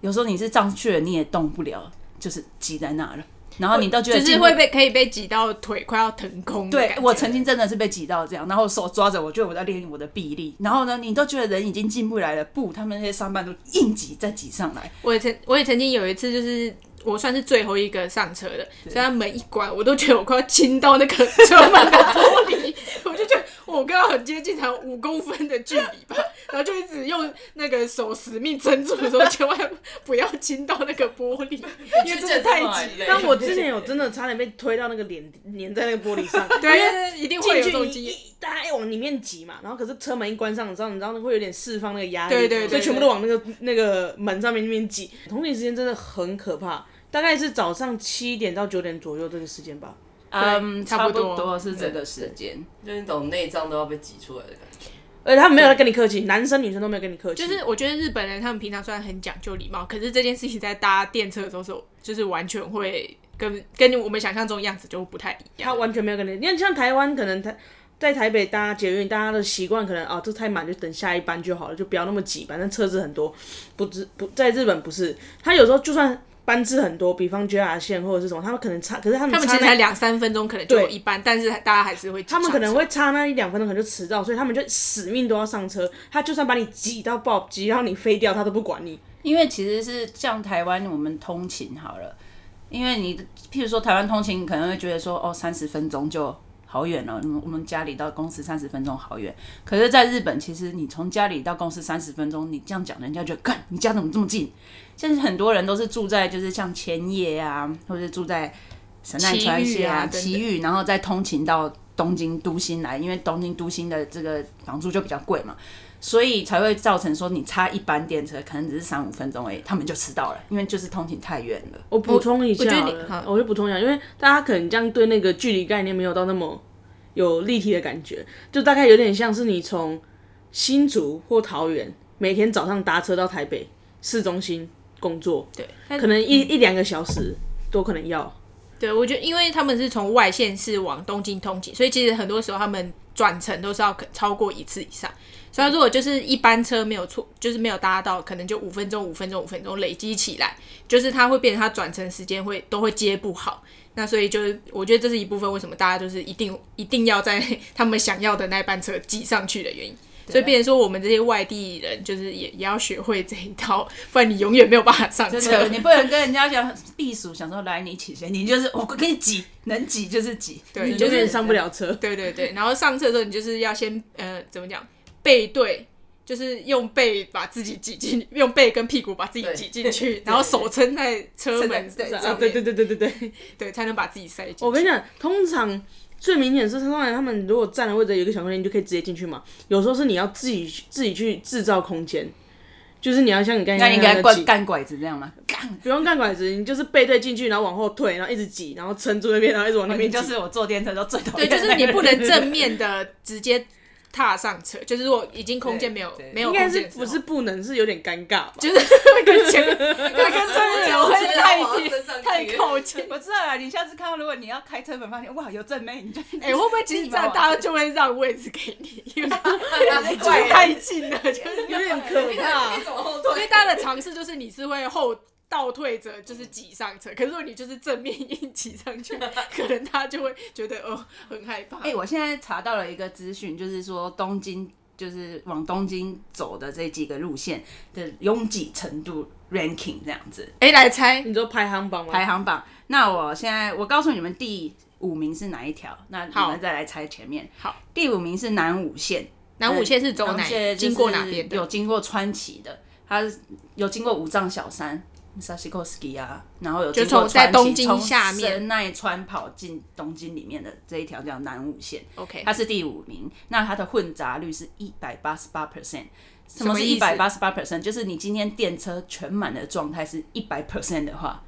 S3: 有时候你是上去了你也动不了，就是挤在那了，然后你都觉得
S5: 就是
S3: 进
S5: 会被可以被挤到腿快要腾空的
S3: 对
S5: 感觉
S3: 我曾经真的是被挤到这样，然后手抓着，我觉得我在练我的臂力，然后呢，你都觉得人已经进不来了，不，他们那些上班都硬挤再挤上来，
S5: 我也曾我也曾经有一次，就是我算是最后一个上车的，所以他门一关，我都觉得我快要亲到那个 车门的玻璃，我就觉得我跟他很接近，才五公分的距离吧，然后就一直用那个手死命撑住，说千万不要亲到那个玻璃，因为真的太挤了。
S2: 但我之前有真的差点被推到那个脸粘在那个玻璃上，
S5: 对，啊因为一定会有这
S2: 进
S5: 种
S2: 去
S5: 经
S2: 一
S5: 验。
S2: 一大家往里面挤嘛，然后可是车门一关上，你知道，你知道会有点释放那个压力，
S5: 对对对
S2: 所以全部都往那个那个门上面那边挤。同寝时间真的很可怕，大概是早上七点到九点左右这个时间吧。
S3: 嗯，
S5: 差
S3: 差
S5: 不多
S3: 是这个时间。
S4: 就是那种内脏都要被挤出来的感觉。
S2: 而呃且他们没有在跟你客气，男生女生都没有跟你客气，
S5: 就是我觉得日本人他们平常虽然很讲究礼貌，可是这件事情在搭电车的时候是就是完全会跟跟我们想象中的样子就不太一样
S2: 他。完全没有跟你。因为像台湾可能台在台北搭捷运，大家的习惯可能啊，这太满就等下一班就好了，就不要那么挤，反正车子很多。不知不在日本不是，他有时候就算班次很多，比方 JR 线或者是什么，他们可能差，可是他们
S5: 他们其
S2: 差
S5: 实
S2: 那
S5: 才两三分钟，可能就有一半，但是大家还是会挤
S2: 他们
S5: 上
S2: 可能
S5: 车
S2: 会差那一两分钟，可能就迟到，所以他们就死命都要上车。他就算把你挤到爆，挤到你飞掉，他都不管你。
S3: 因为其实是像台湾我们通勤好了，因为你譬如说台湾通勤，你可能会觉得说哦，三十分钟就好远了，我们家里到公司三十分钟好远。可是，在日本，其实你从家里到公司三十分钟，你这样讲，人家就觉得干你家怎么这么近？现在很多人都是住在就是像千叶啊，或者住在神奈川县啊、
S5: 埼玉啊
S3: 埼玉，然后再通勤到东京都心来，因为东京都心的这个房租就比较贵嘛。所以才会造成说你差一班电车，可能只是三五分钟而已，他们就迟到了，因为就是通勤太远了。
S2: 我补充一下
S5: 我觉得
S2: 好
S5: 你
S2: 了，
S5: 好
S2: 我就补充一下，因为大家可能这样对那个距离概念没有到那么有立体的感觉，就大概有点像是你从新竹或桃园每天早上搭车到台北市中心工作，
S5: 对，但
S2: 可能一一两个小时都可能要。
S5: 对，我觉得因为他们是从外县市往东京通勤，所以其实很多时候他们转乘都是要可超过一次以上。所以如果就是一班车没有错，就是没有搭到，可能就五分钟、五分钟、五分钟累积起来，就是它会变成它转乘时间会都会接不好。那所以就是我觉得这是一部分为什么大家就是一定一定要在 他们想要的那班车挤上去的原因。所以变成说我们这些外地人就是也也要学会这一套，不然你永远没有办法上车。
S3: 真的，你不能跟人家讲避暑，想说来你一起先，你就是我跟你挤，能挤就是挤，
S5: 对
S2: 你
S5: 就
S2: 就是是上不了车。
S5: 对对对，然后上厕所你就是要先呃怎么讲背对，就是用背把自己挤进，用背跟屁股把自己挤 进去，然后手撑在车门
S3: 撑在
S5: 上
S2: 啊，对
S5: 面
S2: 对对对对对，
S5: 对才能把自己塞进去。
S2: 我跟你讲，通常最明显的是，通常他们如果占的位置有一个小空间，你就可以直接进去嘛。有时候是你要自己去自己去制造空间，就是你要像你刚
S3: 那
S2: 才
S3: 你
S2: 那
S3: 给他
S2: 样
S3: 拐
S2: 挤，
S3: 干拐子这样吗？干，
S2: 不用干拐子，你就是背对进去，然后往后退，然后一直挤，然后撑住那边，然后一直往那边
S3: 哦你
S2: 挤。
S3: 就是我坐电车都最讨
S5: 对，
S3: 厌的
S5: 就
S3: 那个
S5: 是
S3: 人。
S5: 你不能正面的直接踏上车，就是如果已经空间没有
S3: 对对
S5: 没有
S2: 应
S5: 空
S2: 该
S5: 间
S2: 是
S5: 的时候，
S2: 不是不能，是有点尴尬吧？
S5: 就是会跟前面会 跟
S3: 真
S4: 啊
S3: 的有
S5: 会
S3: 会太近
S4: 身上
S5: 太
S4: 去
S5: 靠近。
S3: 我知道了，你下次看到如果你要开车门，发现哇有正妹，你 就
S5: 哎、会不会其实这样大家就会让位置给你，因为
S3: 怪
S5: 就是太近了，就是
S2: 有点可怕
S4: 你。怎么后
S5: 所以
S4: 退？
S5: 大家的尝试就是你是会后倒退着，就是挤上车。可是如果你就是正面硬挤上去，可能他就会觉得哦很害怕。
S3: 哎、我现在查到了一个资讯，就是说东京就是往东京走的这几个路线的拥挤程度 ranking 这样子
S5: 哎、来猜，
S2: 你说排行榜吗？
S3: 排行榜。那我现在我告诉你们第五名是哪一条，那你
S5: 好
S3: 们再来猜前面。
S5: 好，
S3: 第五名是南武线，
S5: 南武线是走
S3: 南
S5: 哪
S3: 武？线就是
S5: 经过哪边的？
S3: 有经过川崎的，它是有经过五藏小山。Sasikoski 啊，然后有
S5: 就
S3: 经过
S5: 从在
S3: 川崎
S5: 东京下面
S3: 从神奈川跑进东京里面的这一条叫南武线。
S5: OK，
S3: 它是第五名，那它的混杂率是一百八十八 percent。什么
S5: 么
S3: 是
S5: 意
S3: 一
S5: 思
S3: 百八十八 percent？就是你今天电车全满的状态是一百 percent 的话，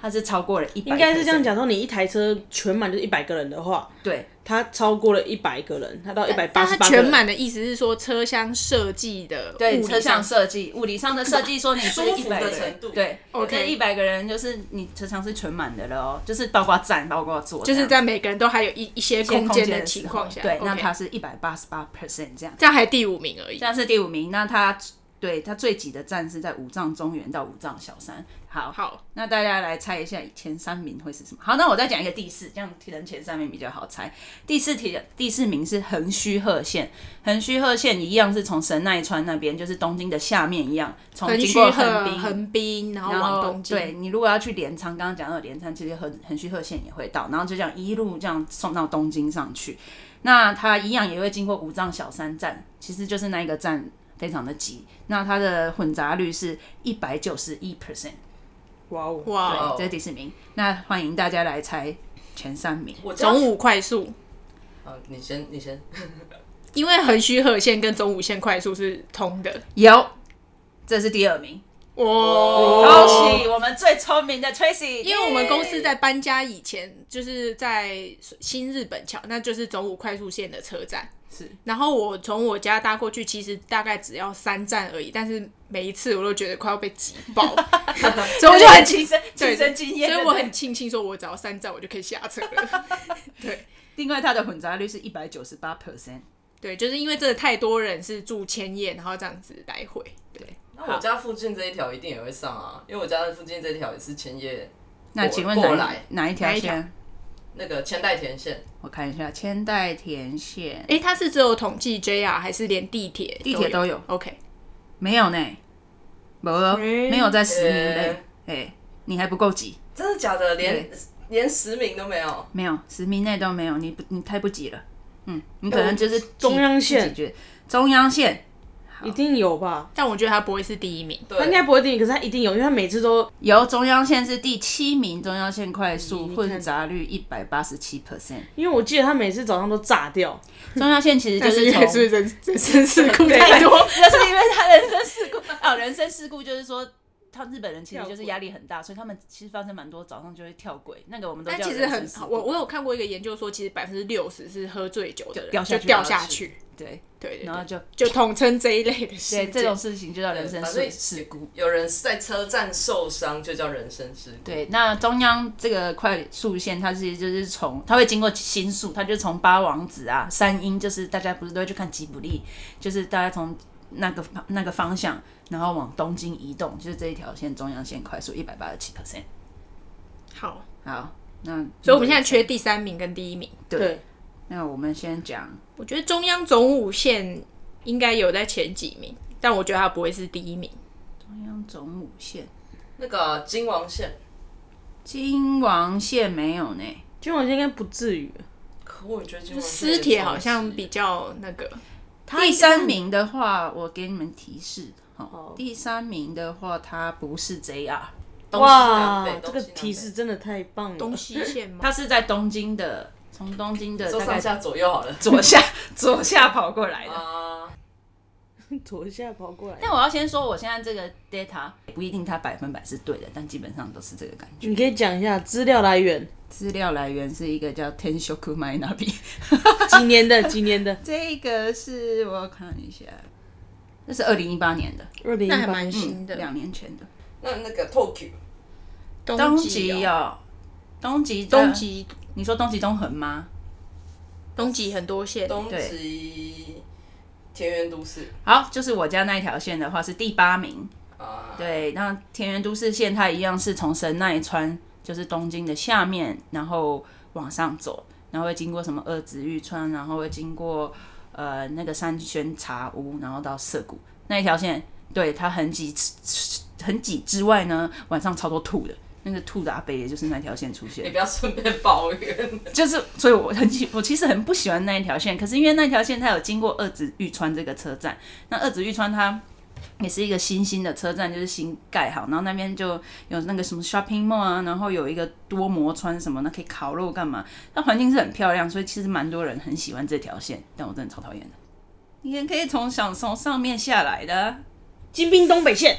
S3: 它是超过了一百。
S2: 应该是这样，讲，说你一台车全满就是一百个人的话，
S3: 对，
S2: 它超过了一百个人，它到一百八
S5: 但
S2: 十
S5: 它
S2: 八
S5: 全满的意思是说车厢设计的
S3: 对，
S5: 物理
S3: 车厢
S5: 上
S3: 设计、物理上的设计 说你是
S4: 舒
S3: 一
S4: 服
S3: 百个
S4: 的
S3: 人
S4: 程，度
S3: 对
S5: OK
S3: 一百个人就是你车厢是全满的了哦，就是包括站，包括座，
S5: 就是
S3: 这样
S5: 在每个人都还有一一些
S3: 一些
S5: 空
S3: 间
S5: 间的
S3: 时
S5: 情
S3: 候
S5: 况下，
S3: 对
S5: OK
S3: 那它是一百八十八 percent 这样。
S5: 这样还第五名而已
S3: 这。样是第五名，那它对它最挤的站是在五藏中原到五藏小山。好，
S5: 好，
S3: 那大家来猜一下前三名会是什么？好，那我再讲一个第四，这样可能前三名比较好猜。第四题的第四名是横须贺线，横须贺线一样是从神奈川那边，就是东京的下面一样，从
S5: 横
S3: 经
S5: 须
S3: 过
S5: 贺、
S3: 横滨。
S5: 横滨，然后
S3: 然
S5: 往
S3: 后
S5: 东，京。
S3: 对你如果要去镰仓，刚刚讲到镰仓，其实横横须贺线也会到，然后就这样一路这样送到东京上去。那它一样也会经过五藏小山站，其实就是那一个站非常的挤。那它的混杂率是一百九十一 percent，
S2: 哇哦！
S5: 哇
S4: 哦
S3: 对，这是第四名。那欢迎大家来猜前三名。
S4: 我这样
S5: 总武快速，
S4: 好，你先，你先。
S5: 因为横须贺线跟总武线快速是通的。
S3: 有，这是第二名，
S5: 哇、
S3: 恭喜我们最聪明的 Tracy，
S5: 因为我们公司在搬家以前，就是在新日本桥，那就是总武快速线的车站。
S3: 是
S5: 然后我从我家搭过去，其实大概只要三站而已，但是每一次我都觉得快要被挤爆， 所以我就很
S3: 亲身亲
S5: 对
S3: 身经验，
S5: 所以我很庆幸说，我只要三站我就可以下车了。
S3: 另外它的混杂率是一百九十八 percent。
S5: 对，就是因为真的太多人是住千叶，然后这样子来回。对，
S4: 那我家附近这一条一定也会上啊，因为我家附近这一条也是千叶
S3: 那请问
S4: 过
S3: 哪
S4: 来
S3: 一哪一条
S5: 哪一条
S3: 线？
S4: 那个千代田线，
S3: 我看一下，千代田线
S5: 哎，它是只有统计 JR 还是连地铁？
S3: 地铁都有
S5: ？OK，
S3: 没有呢？没有，
S2: 诶
S3: 没有在十名内。
S4: 诶
S3: 哎、你还不够挤，
S4: 真的假的？连连十名都没有。
S3: 没有十名内都没有，你不你太不挤了。嗯，你可能就是
S2: 中央
S3: 挤
S2: 线
S3: 挤觉得中央线
S2: 一定有吧？
S5: 但我觉得它不会是第一名。
S2: 他应
S4: 对，
S2: 该不会定，可是他一定有，因为他每次都
S3: 由中央线是第七名，中央线快速
S2: 你看
S3: 混杂率一百八十七 percent。
S2: 因为我记得他每次早上都炸掉，
S3: 中央线其 实就
S5: 但是
S3: 是
S5: 因
S3: 从
S5: 为是人人身事故
S3: 对
S5: 太多，
S3: 就是因为他人生事故哦，人生事故就是说，他日本人其实就是压力很大，所以他们其实发生蛮多早上就会跳轨，那个我们都叫
S5: 但其实
S3: 人生
S5: 很
S3: 事故
S5: 我我有看过一个研究说，其实百分之六十是喝醉酒的人
S3: 掉下去
S5: 就掉下去，
S3: 对对，
S5: 对对
S3: 然后
S5: 对，
S3: 就
S5: 就统称这一类的事
S3: 对
S5: 件。
S3: 这种事情就叫人生
S4: 反
S3: 事
S4: 正
S3: 事故。
S4: 有人在车站受伤，就叫人身事故。
S3: 对，那中央这个快速线，它其实就是从它会经过新宿，它就从八王子啊、三鹰，就是大家不是都会去看吉卜力，就是大家从那个那个方向，然后往东京移动，就是这一条线中央线快速一百八十七 percent。
S5: 好，
S3: 好，那
S5: 所以我们现在缺第三名跟第一名。
S3: 对
S2: 对，
S3: 那我们先讲
S5: 我觉得中央总武线应该有在前几名，但我觉得它不会是第一名。
S3: 中央总武线，
S4: 那个啊金王线，
S3: 京王线没有呢。
S2: 金晚线应该不至于。
S4: 可我觉得金
S5: 就
S4: 王线
S5: 私
S4: 也
S5: 铁
S4: 超
S5: 好像
S4: 级
S5: 比较那个，
S3: 第三名的话，我给你们提示，哦
S2: 好，
S3: 第三名的话，它不是 JR，
S4: 东西南
S2: 哇
S4: 北，
S2: 这
S4: 东
S2: 个
S4: 西南
S2: 提示
S4: 北
S2: 真的太棒
S5: 东
S2: 了！
S5: 西线吗？
S3: 它是在东京的，从东京的
S4: 说
S3: 大概
S4: 上下左右好了
S3: 左下 左下跑过来的。
S4: 啊，
S2: 左下跑过来，
S3: 但我要先说，我现在这个 data 不一定它百分百是对的，但基本上都是这个感觉。
S2: 你可以讲一下资料来源，
S3: 资料来源是一个叫 Tenshoku m a i n a b i
S2: 几年的， 几年的，
S3: 这个是我看一下，这是二零一八年的，
S2: 二零
S5: 那还
S2: 一八
S5: 蛮新的。
S3: 嗯两年前的。
S4: 那那个 Tokyo
S3: 东
S5: 极
S3: 极
S5: 哦，
S3: 哦，东极的
S5: 东，极
S3: 你说东极东横吗？
S5: 东极很多线，
S4: 东
S3: 对
S4: 极田园都市
S3: 好，就是我家那一条线的话是第八名，
S4: 啊，
S3: 对，那田园都市线它一样是从神奈川，就是东京的下面，然后往上走，然后会经过什么二子玉川，然后会经过呃那个山轩茶屋，然后到涩谷那一条线，对，它很挤很挤之外呢，晚上超多吐的。那个吐的阿北也就是那条线出现
S4: 你，不要顺便抱怨。
S3: 就是，所以我很喜，我其实很不喜欢那一条线，可是因为那条线它有经过二子玉川这个车站，那二子玉川它也是一个新兴的车站，就是新盖好，然后那边就有那个什么 shopping mall 啊，然后有一个多摩川什么的，可以烤肉干嘛，那环境是很漂亮，所以其实蛮多人很喜欢这条线，但我真的超讨厌的。你也可以从想从上面下来的啊，
S2: 金滨东北线，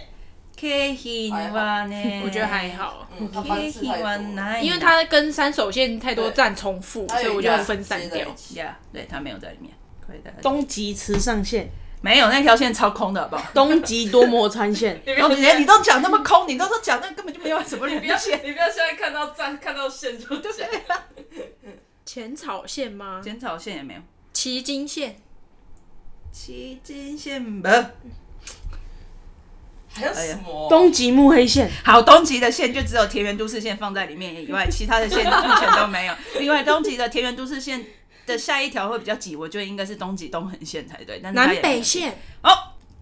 S3: 可以吗呢？
S5: 我觉得还，好，
S4: 嗯，他班次太多了，
S5: 因为它跟三手线太多站重复，所
S4: 还
S5: 以
S4: 哎有
S5: 我
S4: 一
S5: 就
S4: 个
S5: 分散
S4: 接在
S5: 掉
S4: 一。起
S3: 呀对，它没有在里面。快点
S2: 东极慈善线，
S3: 没有那条线超空的，好不 好？
S2: 东极多摩川线，
S3: 然后你连你都讲那么空，你都说讲那根本就没有什么人
S4: 你不要， 你不要现在看到站看到线就讲，
S5: 浅草线吗？
S3: 检草线也没有，
S5: 旗津线，
S3: 七金线没。
S4: 还有什么？
S2: 哎东极目黑线，
S3: 好，东极的线就只有田园都市线放在里面以外，其他的线目前都没有。另外，东极的田园都市线的下一条会比较挤，我觉得应该是东极东横线才对，但是它也
S5: 南
S3: 没有
S5: 北线，
S3: 哦，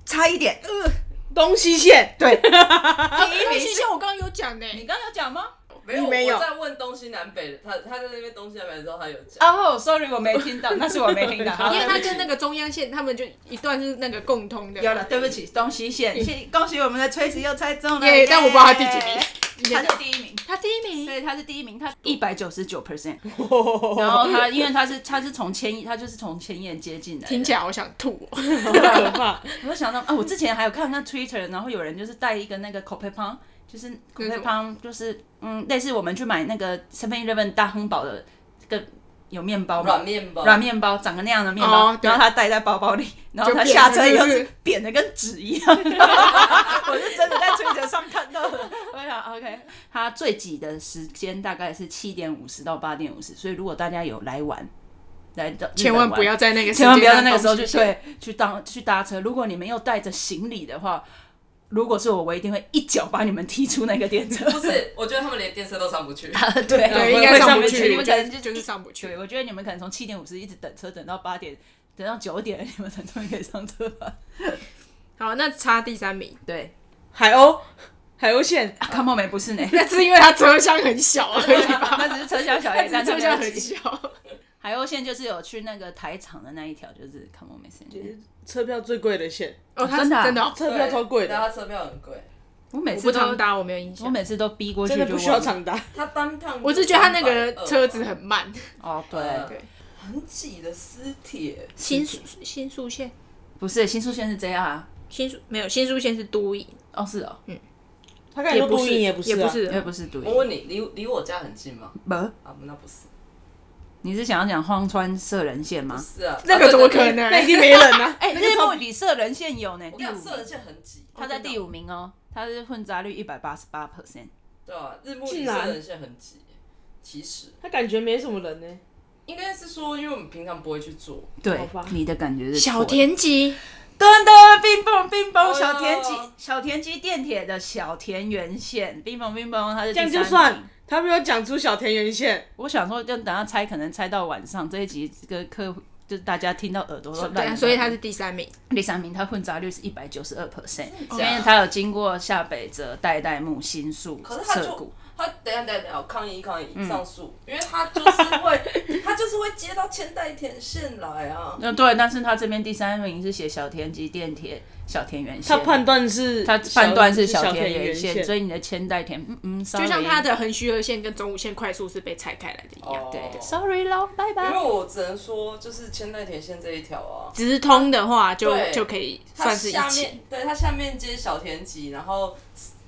S3: 差一点。呃
S2: 东西线，
S3: 对，
S4: 啊
S5: 哎东西线我刚刚有讲呢。
S3: 你刚刚有讲吗？
S4: 没有，
S2: 没有
S4: 我在问东西南北的，他他在那边东西南北的时候，他有讲。
S3: 哦、s o r r y 我没听到，那是哦我没 听到。好
S5: 因为它
S3: 对不起
S5: 跟那个中央线，他们就一段是那个 共通的。
S3: 有了，对不起，东西线，谢恭喜我们的崔子又猜中了，
S5: 耶但我不知道他第几名
S3: 名，他是第一名。
S5: 它第一名，
S3: 所以他是第一名，他一百九十九 percent，然 后他因为他是他是从千叶，他就是从千叶接进来的。
S5: 听起来好想吐哦。
S2: 好可怕！
S3: 我就想到啊，我之前还有看那 Twitter，然后有人就是带一个那个 c o p e p a n 就是 c o
S5: 那
S3: p
S5: 是
S3: e
S5: 什
S3: p
S5: 么
S3: a n 就是嗯，类似我们去买那个 Seven Eleven 大亨堡的这个有面包嘛
S4: 软，面包，
S3: 哦软面包长个那样的面包，
S5: 哦对
S3: 然后他带在包包里，然后
S5: 就
S3: 他
S5: 扁
S3: 下
S5: 了
S3: 车
S5: 是不
S3: 又
S5: 是
S3: 是扁的跟纸一样， 我是真的在推特上看到的。 我想 OK，他最挤的时间大概是七点五十到八点五十，所以如果大家有来玩，来到日本
S5: 千万
S3: 玩
S5: 不要在那个时间
S3: 千万不要在那个时候
S5: 上
S3: 去
S5: 东西线
S3: 对去当去搭车。如果你们又带着行李的话，如果是我，我一定会一脚把你们踢出那个电车。
S4: 不是，我觉得他们连电车都上不去。
S3: 对
S5: 对，
S3: 我
S5: 应
S3: 会
S5: 该上
S3: 不
S5: 不
S3: 去
S5: 去，
S3: 你
S5: 你
S3: 们
S5: 们
S3: 可
S5: 可
S3: 能
S5: 能就是上不去。
S3: 对，我觉得你们可能从七点五十一直等车，等到八点，等到九点，你们才终于可以上车吧？
S5: 好，那差第三名，
S3: 对，
S2: 海鸥，海鸥线，
S3: 啊，康茂梅不是呢，
S5: 那是因为它车厢很 小而已吧？
S3: 那只是车厢小
S5: 啊它
S3: 而已，
S5: 只
S3: 但
S5: 是
S3: 它
S5: 车
S3: 没
S5: 厢
S3: 有
S5: 很
S3: 挤。
S5: 小， 哦
S3: 海鸥线就是有去那个台场的那一条，就是康茂梅线。
S2: 车票最贵的线，
S5: 哦，它
S3: 真的啊
S5: 真的哦，
S2: 车票超贵
S4: 对
S2: 的，
S4: 他车票很贵。
S3: 我每
S5: 我
S3: 次
S5: 不常
S3: 都，
S5: 搭，我没有印
S3: 我
S5: 象。
S3: 每次都逼过去
S2: 真
S3: 就
S2: 的
S3: 忘
S2: 不
S3: 了，
S2: 需要长达。
S4: 他单趟，
S5: 我是觉得它那个车子很慢，
S3: 哦，对，
S5: 对
S4: 很挤的私铁，
S5: 新宿新宿线，
S3: 不是新宿线是 JR 啊。
S5: 新宿没有新宿线是都营，
S3: 哦，是哦，
S2: 他看你说
S5: 不
S2: 哎都
S5: 是
S2: 营也
S5: 不
S2: 不是啊，
S5: 是
S3: 因为不是独立
S4: 我问你，离离我家很近吗？
S3: 没
S4: 啊，那不是。
S3: 你是想要讲荒川射人线吗？
S4: 是啊，
S5: 那个
S2: 哦
S5: 怎么可能？
S2: 那一定没人啊！
S3: 哎、那一幕里射人线有呢，
S4: 我
S3: 第
S4: 跟你
S3: 五
S4: 讲，射人
S3: 名，
S4: 线很挤，
S3: 他在第五名哦，他是混杂率一百八十八 percent。
S4: 对啊，日暮
S2: 竟
S4: 里
S2: 然
S4: 射人线很挤。其实
S2: 他感觉没什么人呢、
S4: 应该是说，因为我们平常不会去做，
S2: 好
S3: 对
S2: 吧，
S3: 你的感觉是
S5: 小
S3: 错的
S5: 田急，
S3: 噔噔，冰棒冰棒，
S4: 哎
S3: 小田急
S4: 呦，
S3: 小田急电铁的小田园线，冰棒冰棒，它是第
S2: 这样就
S3: 三
S2: 算
S3: 名。
S2: 他没有讲出小田园线，
S3: 我想说，就等下猜，可能猜到晚上这一集，这个客户就是大家听到耳朵都
S5: 对
S3: 烂
S5: 啊，
S3: 了。
S5: 所以他是第三名。
S3: 第三名，它混杂率是一百九十二 percent，因
S4: 假
S3: 为它有经过下北泽、代代木、新宿
S4: 可是、他
S3: 涩
S4: 就
S3: 谷。
S4: 他等一下等一下等一下，我抗议抗议上诉，因为他就是会 他就是会接到千代田线来啊。
S3: 那嗯对，但是他这边第三名是写小田急电铁、小田园线，
S2: 他判断是
S3: 他判断是
S2: 小
S3: 小
S2: 田
S3: 田园线，
S2: 线，
S3: 所以你的千代田，嗯嗯，
S5: 就像他
S3: 的
S5: 的横须贺线跟中武线快速是被拆开来的一样。
S4: 哦
S3: 对对，sorry 啊喽，拜
S4: 因
S3: 拜
S4: 为。我只能说，就是千代田线这一条啊，
S5: 直通的话就
S4: 对
S5: 就可以
S4: 它
S5: 算是一
S4: 下
S5: 起。
S4: 面对它下面接小田急，然后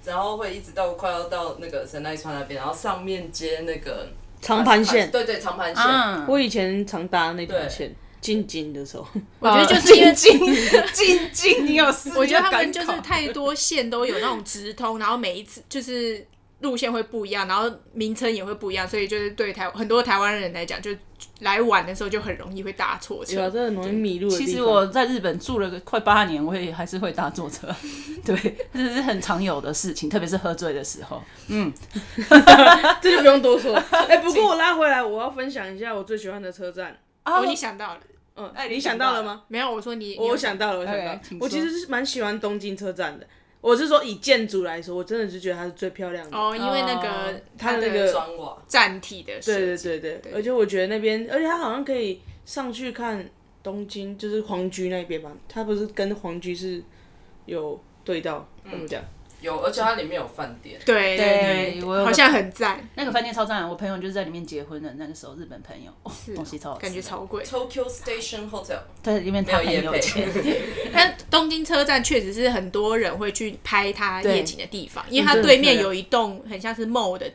S4: 然后会一直到快要到那个神奈川那边，然后上面接那个
S2: 长盘线。
S4: 对对长盘线。
S3: 嗯，
S2: 我以前常搭那条线，进京的时候，
S5: 我
S2: 哦
S5: 觉得 就是因为
S3: 进京，进京，你有事？
S5: 我觉得他
S3: 你有
S5: 们
S3: 赶
S5: 就
S3: 考
S5: 是太多线都有那种直通，然后每一次就是路线会不一样，然后名称也会不一样，所以就是对台很多台湾人来讲，就来晚的时候就很容易会搭错
S2: 对啊，
S5: 车。
S2: 这很容易迷路的地
S3: 其
S2: 方。
S3: 实我在日本住了个快八年，我也还是会搭坐车， 对，这是很常有的事情，特别是喝醉的时候。
S2: 这就不用多说。 哎、不过我拉回来，我要分享一下我最喜欢的车站。
S5: 哦，你想到了
S2: 嗯，
S3: 哎
S2: 你
S3: 你
S2: 想
S3: 想
S2: 到
S3: 到
S2: 了
S3: 了
S2: 吗？
S5: 没有？我说你，
S2: 我
S5: 你
S2: 想到了，我想到了
S3: OK，请，说
S2: 我其实是蛮喜欢东京车站的。我是说以建筑来说，我真的是觉得它是最漂亮的。
S5: 哦，因为那个
S3: 哦
S5: 它
S2: 它那
S5: 的
S2: 个
S4: 砖瓦，
S5: 站体的
S2: 对
S5: 设计，
S2: 对对对，而且我觉得那边，而且它好像可以上去看东京，就是皇居那边嘛，它不是跟皇居是有对到，
S5: 嗯
S2: 怎么讲？
S4: 有，而且它里面有饭店。
S5: 对
S3: 对我有个
S5: 好像很赞，
S3: 那个饭店超赞，啊我朋友就是在里面结婚的，那个时候日本朋友，哦、东西超好吃
S5: 感觉超贵。
S4: Tokyo Station Hotel
S3: 在里面他很
S4: 没有业
S3: 有
S4: 配
S3: 钱，
S5: 但东京车站确实是很多人会去拍它夜景的地方，因为它
S2: 嗯
S5: 对面有一栋很像是 mall 的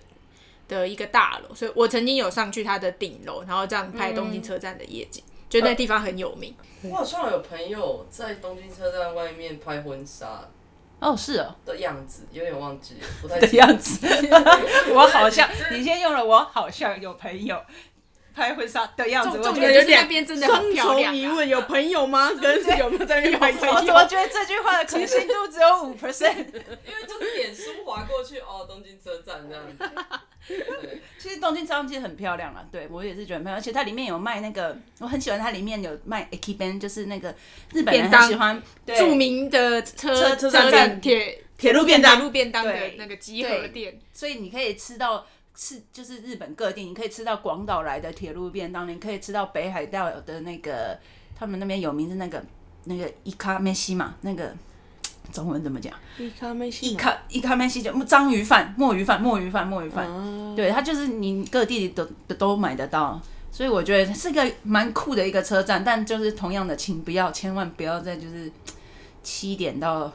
S5: 的一个大楼，所以我曾经有上去它的顶楼，然后这样拍东京车站的夜景，就那地方很有名。
S4: 我好像有朋友在东京车站外面拍婚纱
S3: 哦是 哦
S4: 的样子，有点忘记了，不太
S3: 的
S4: 记得。
S3: 样子，我好像你先用了，我好像有朋友拍婚纱的样子，
S5: 重
S3: 我
S5: 重
S3: 觉
S5: 点
S3: 得
S5: 就是那边真的
S2: 双
S5: 很漂
S2: 重
S5: 亮啊
S2: 疑问，有朋友 吗？跟有没有在那边拍照？
S3: 我我觉得这句话的可信度只有五 percent。
S4: 因为就是脸书划过去，哦，东京车站这样子。对
S3: 其实东京车站其实很漂亮啊，对我也是觉得很漂亮，而且它里面有卖那个，我很喜欢它里面有卖 aki ben，就是那个日本人
S5: 便当
S3: 很喜欢对
S5: 著名的车
S3: 车车站
S5: 站铁
S2: 铁路便
S5: 铁
S2: 当，
S5: 路便当的
S3: 对
S5: 那个集合
S3: 对
S5: 店，
S3: 所以你可以吃到是就是日本各地，你可以吃到广岛来的铁路便当，你可以吃到北海道的那个他们那边有名是那个那个伊卡梅西嘛，那个中文怎么讲？
S2: 伊卡梅西
S3: 伊卡伊卡梅西就章鱼饭、墨鱼饭、墨鱼饭、墨鱼饭，
S2: 啊，
S3: 对，它就是你各地都都买得到，所以我觉得是个蛮酷的一个车站。但就是同样的，请不要，千万不要在就是七点到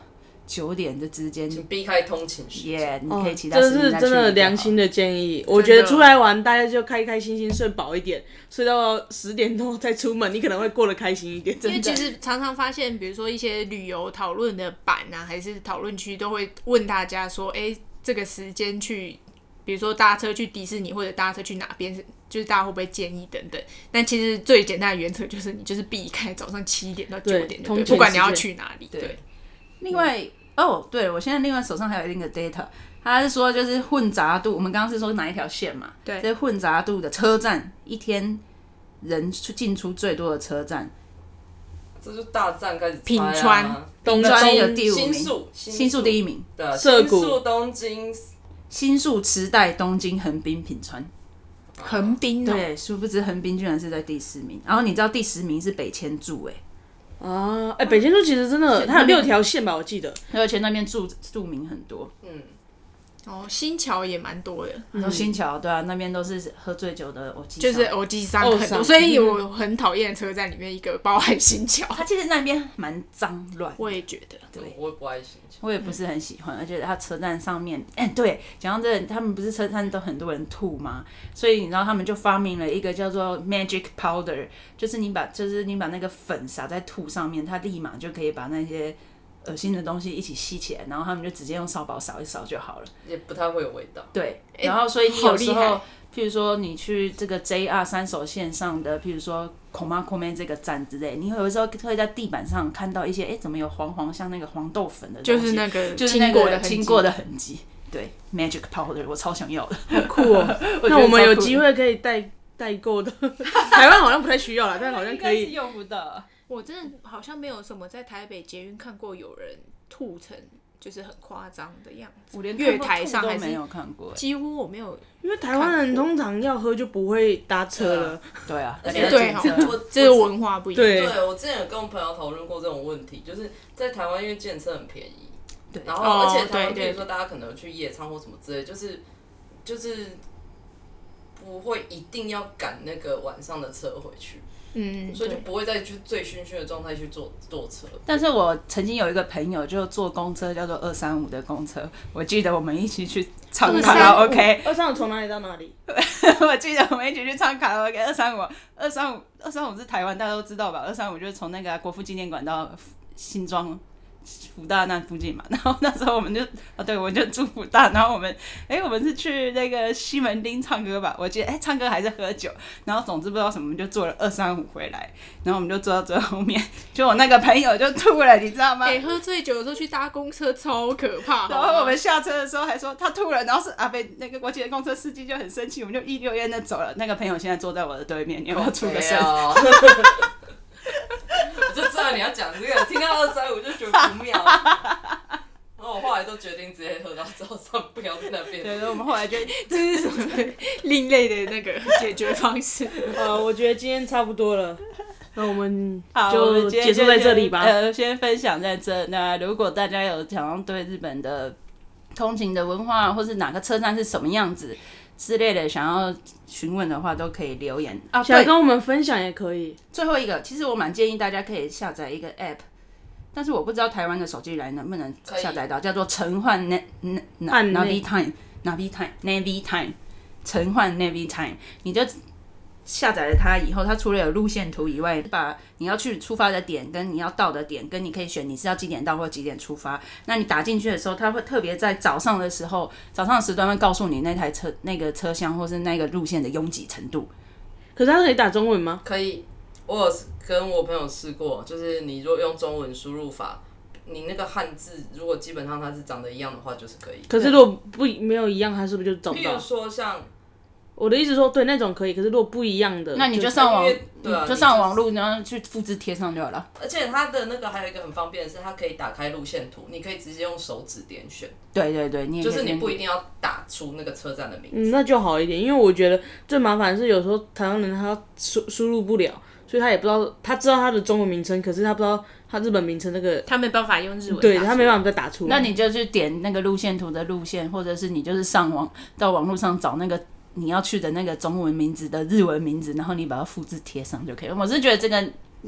S3: 九点这之间，
S4: 请避开通勤时间。
S3: 耶、你可以其他
S2: 这
S3: 时间
S2: 是
S3: 再
S2: 哦
S3: 去
S2: 真
S3: 就好
S2: 的良心的建议。我觉得出来玩，大家就开开心心、睡饱一点，睡到十点多再出门，你可能会过得开心一点。
S5: 因为其实常常发现，比如说一些旅游讨论的版啊，还是讨论区，都会问大家说：“哎、这个时间去，比如说搭车去迪士尼，或者搭车去哪边是？”就是大家会不会建议等等？但其实最简单的原则就是，你就是避开早上七点到九
S2: 对
S5: 点就
S2: 通
S5: 对，
S2: 勤
S5: 不管你要
S2: 时间
S5: 去哪里，对
S3: 对，另外，哦，对了，我现在另外手上还有一个 data，他是说就是混杂度，我们刚刚是说哪一条线嘛？
S5: 对
S3: 这混杂度的车站一天人出进出最多的车站，
S4: 这就大站开始
S5: 品
S4: 拆啊
S5: 川
S2: 东
S3: 川
S2: 京
S3: 有第五
S4: 新
S3: 名，
S4: 宿
S3: 新宿第一名，
S4: 对啊
S2: 涩
S4: 新
S2: 谷
S4: 宿东京
S3: 新宿、池袋、东京、横滨、品川。
S5: 横滨哦、
S3: 对，殊不知横滨居然是在第四名，然后你知道第十名是北千住、欸，
S2: 啊，哎、北京路其实真的，它有六条线吧，我记得。
S3: 哎，而且那边住住民很多，
S4: 嗯，
S5: 哦，新桥也蛮多的，
S3: 然后新桥对啊，那边都是喝醉酒的偶机
S5: 就
S3: 厂，
S5: 是啊 O G 三
S2: 哦
S5: 很多，
S2: 上
S5: 所以我很讨厌车站里面一个包含新桥。
S3: 它其实那边蛮脏乱， 欸
S5: 我也觉得，
S3: 对。
S4: 我不爱心
S3: 我也不
S5: 嗯
S3: 是很喜欢，而且它车站上面， 哎、对，讲到这个他们不是车站都很多人吐吗？所以你知道他们就发明了一个叫做 magic powder，就是你把就是你把那个粉撒在吐上面，它立马就可以把那些恶心的东西一起吸起来，然后他们就直接用扫把扫一扫就好了。
S4: 也不太会有味道。
S3: 对，然后所以你有时
S5: 好厉
S3: 候
S5: 害，
S3: 譬如说你去这个 JR 三手线上的，譬如说孔妈孔妹这个站之类，你有时候会在地板上看到一些，哎、怎么有黄黄像那个黄豆粉的东
S5: 就
S3: 西，
S5: 是那个
S3: 就是那
S5: 过的
S3: 个经过的痕迹。对，magic powder 我超想要的，
S2: 酷哦。
S3: 觉 得
S2: 那我们
S3: 超
S2: 有
S3: 酷
S2: 机会可以代代购的，台湾好像不太需要了，但好像可
S3: 应该是
S2: 以。
S3: 用不到。
S5: 我真的好像没有什么在台北捷运看过有人吐成就是很夸张的样子，
S3: 我连
S5: 月
S3: 看过
S5: 台
S3: 吐
S5: 上
S3: 都
S5: 还
S3: 没
S5: 是
S3: 有看过。欸
S5: 几乎我没有。
S2: 因为台湾人通常要喝就不会搭车了，
S3: 对啊，
S4: 而
S5: 且
S3: 对
S5: 对
S3: 啊
S5: 哦
S3: 检测
S4: 我
S5: 这是文化不一样。
S2: 对，
S4: 对我之前有跟我朋友讨论过这种问题，就是在台湾因为健身很便宜，
S3: 对
S4: 然后
S5: 哦
S4: 而且台
S5: 对
S4: 湾比
S5: 对
S4: 如说大家可能去夜唱或什么之类，就是就是不会一定要赶那个晚上的车回去，
S5: 嗯，
S4: 所以就
S5: 对
S4: 不会再去醉醺醺的状态去坐坐车。
S3: 但是我曾经有一个朋友，就坐公车叫做二三五的公车，我记得我们一起去唱卡拉 OK，
S2: 二三五从哪里到哪里？
S3: 我记得我们一起去唱卡拉 OK，二三五，二三五，二三五是台湾，大家都知道吧？二三五就是从那个啊、国父纪念馆到新庄。福大那附近嘛， 然后那时候我们就啊，对我就住福大，然后我们哎、我们是去那个西门町唱歌吧，我记得哎、唱歌还是喝酒，然后总之不知道什么，我们就坐了二三五回来，然后我们就坐到最后面，就我那个朋友就吐了，你知道吗？
S5: 哎、喝醉酒的时候去搭公车超可怕。
S3: 然
S5: 好吗
S3: 后我们下车的时候还说他吐了，然后是阿贝那个国际的公车司机就很生气，我们就一溜烟的走了。那个朋友现在坐在我的对面，你要不要出个声？
S2: 哦
S4: 有。 我就知道你要讲这个，听到二三五就觉得不妙。然后我后来都决定直接喝到早上，不要在那边。
S3: 对，所以我们后 来就
S5: 这是什么 另类的那个解决方式？
S2: 呃，我觉得今天差不多了，那我们
S3: 好我
S2: 就
S3: 们今天
S2: 结束在这里吧。
S3: 呃，先分享在这。那如果大家有想要对日本的通勤的文化，或是哪个车站是什么样子之类的，想要询问的话，都可以留言啊。
S2: 想
S3: 对，
S2: 跟我们分享也可以，
S3: 最后一个，其实我蛮建议大家可以下载一个 app。但是我不知道台湾的手机来能不能
S4: 可以
S3: 下载到，叫做陈焕 Na Na
S2: 按
S4: 嗯
S3: Na
S2: 内
S3: Navi Time Navi Time Navi Time 陈焕 Navi Time，你就下载了它以后，它除了有路线图以外，把你要去出发的点跟你要到的点，跟你可以选你是要几点到或几点出发。那你打进去的时候，它会特别在早上的时候，早上的时段会告诉你那台车、那个车厢或是那个路线的拥挤程度。
S2: 可是它可以打中文吗？
S4: 可以，我有跟我朋友试过，就是你如果用中文输入法，你那个汉字如果基本上它是长得一样的话，就是可以。
S2: 可是如果不没有一样，它是不是就找不
S4: 譬如
S2: 到？
S4: 说像，
S2: 我的意思说，对那种可以，可是如果不一样的，
S3: 那你就
S2: 就
S3: 上网
S4: 因为，对啊
S3: 你就
S4: 你就
S3: 上网路，然后去复制贴上就好了。
S4: 而且它的那个还有一个很方便的是，它可以打开路线图，你可以直接用手指点选，
S3: 对对对，你也
S4: 就是你
S3: 可以
S4: 不一定要打出那个车站的名字。
S2: 嗯，那就好一点，因为我觉得最麻烦是有时候台湾人他输输入不了，所以他也不知道，他知道他的中文名称，可是他不知道他日本名称那个，
S5: 他没办法用日文，
S2: 对他没办法再打出来。
S3: 那你就去点那个路线图的路线，或者是你就是上网到网络上找那个你要去的那个中文名字的日文名字，然后你把它复制贴上就可以了。我是觉得这个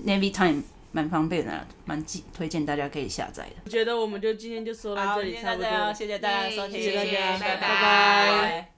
S3: Navy Time 蛮方便的啊，蛮记推荐大家可以下载的。
S2: 我觉得我们就今天就说到这里，差不多了。
S3: 谢谢
S5: 大家的收听
S2: 谢谢大家
S5: 拜
S2: 拜
S5: 拜
S2: 拜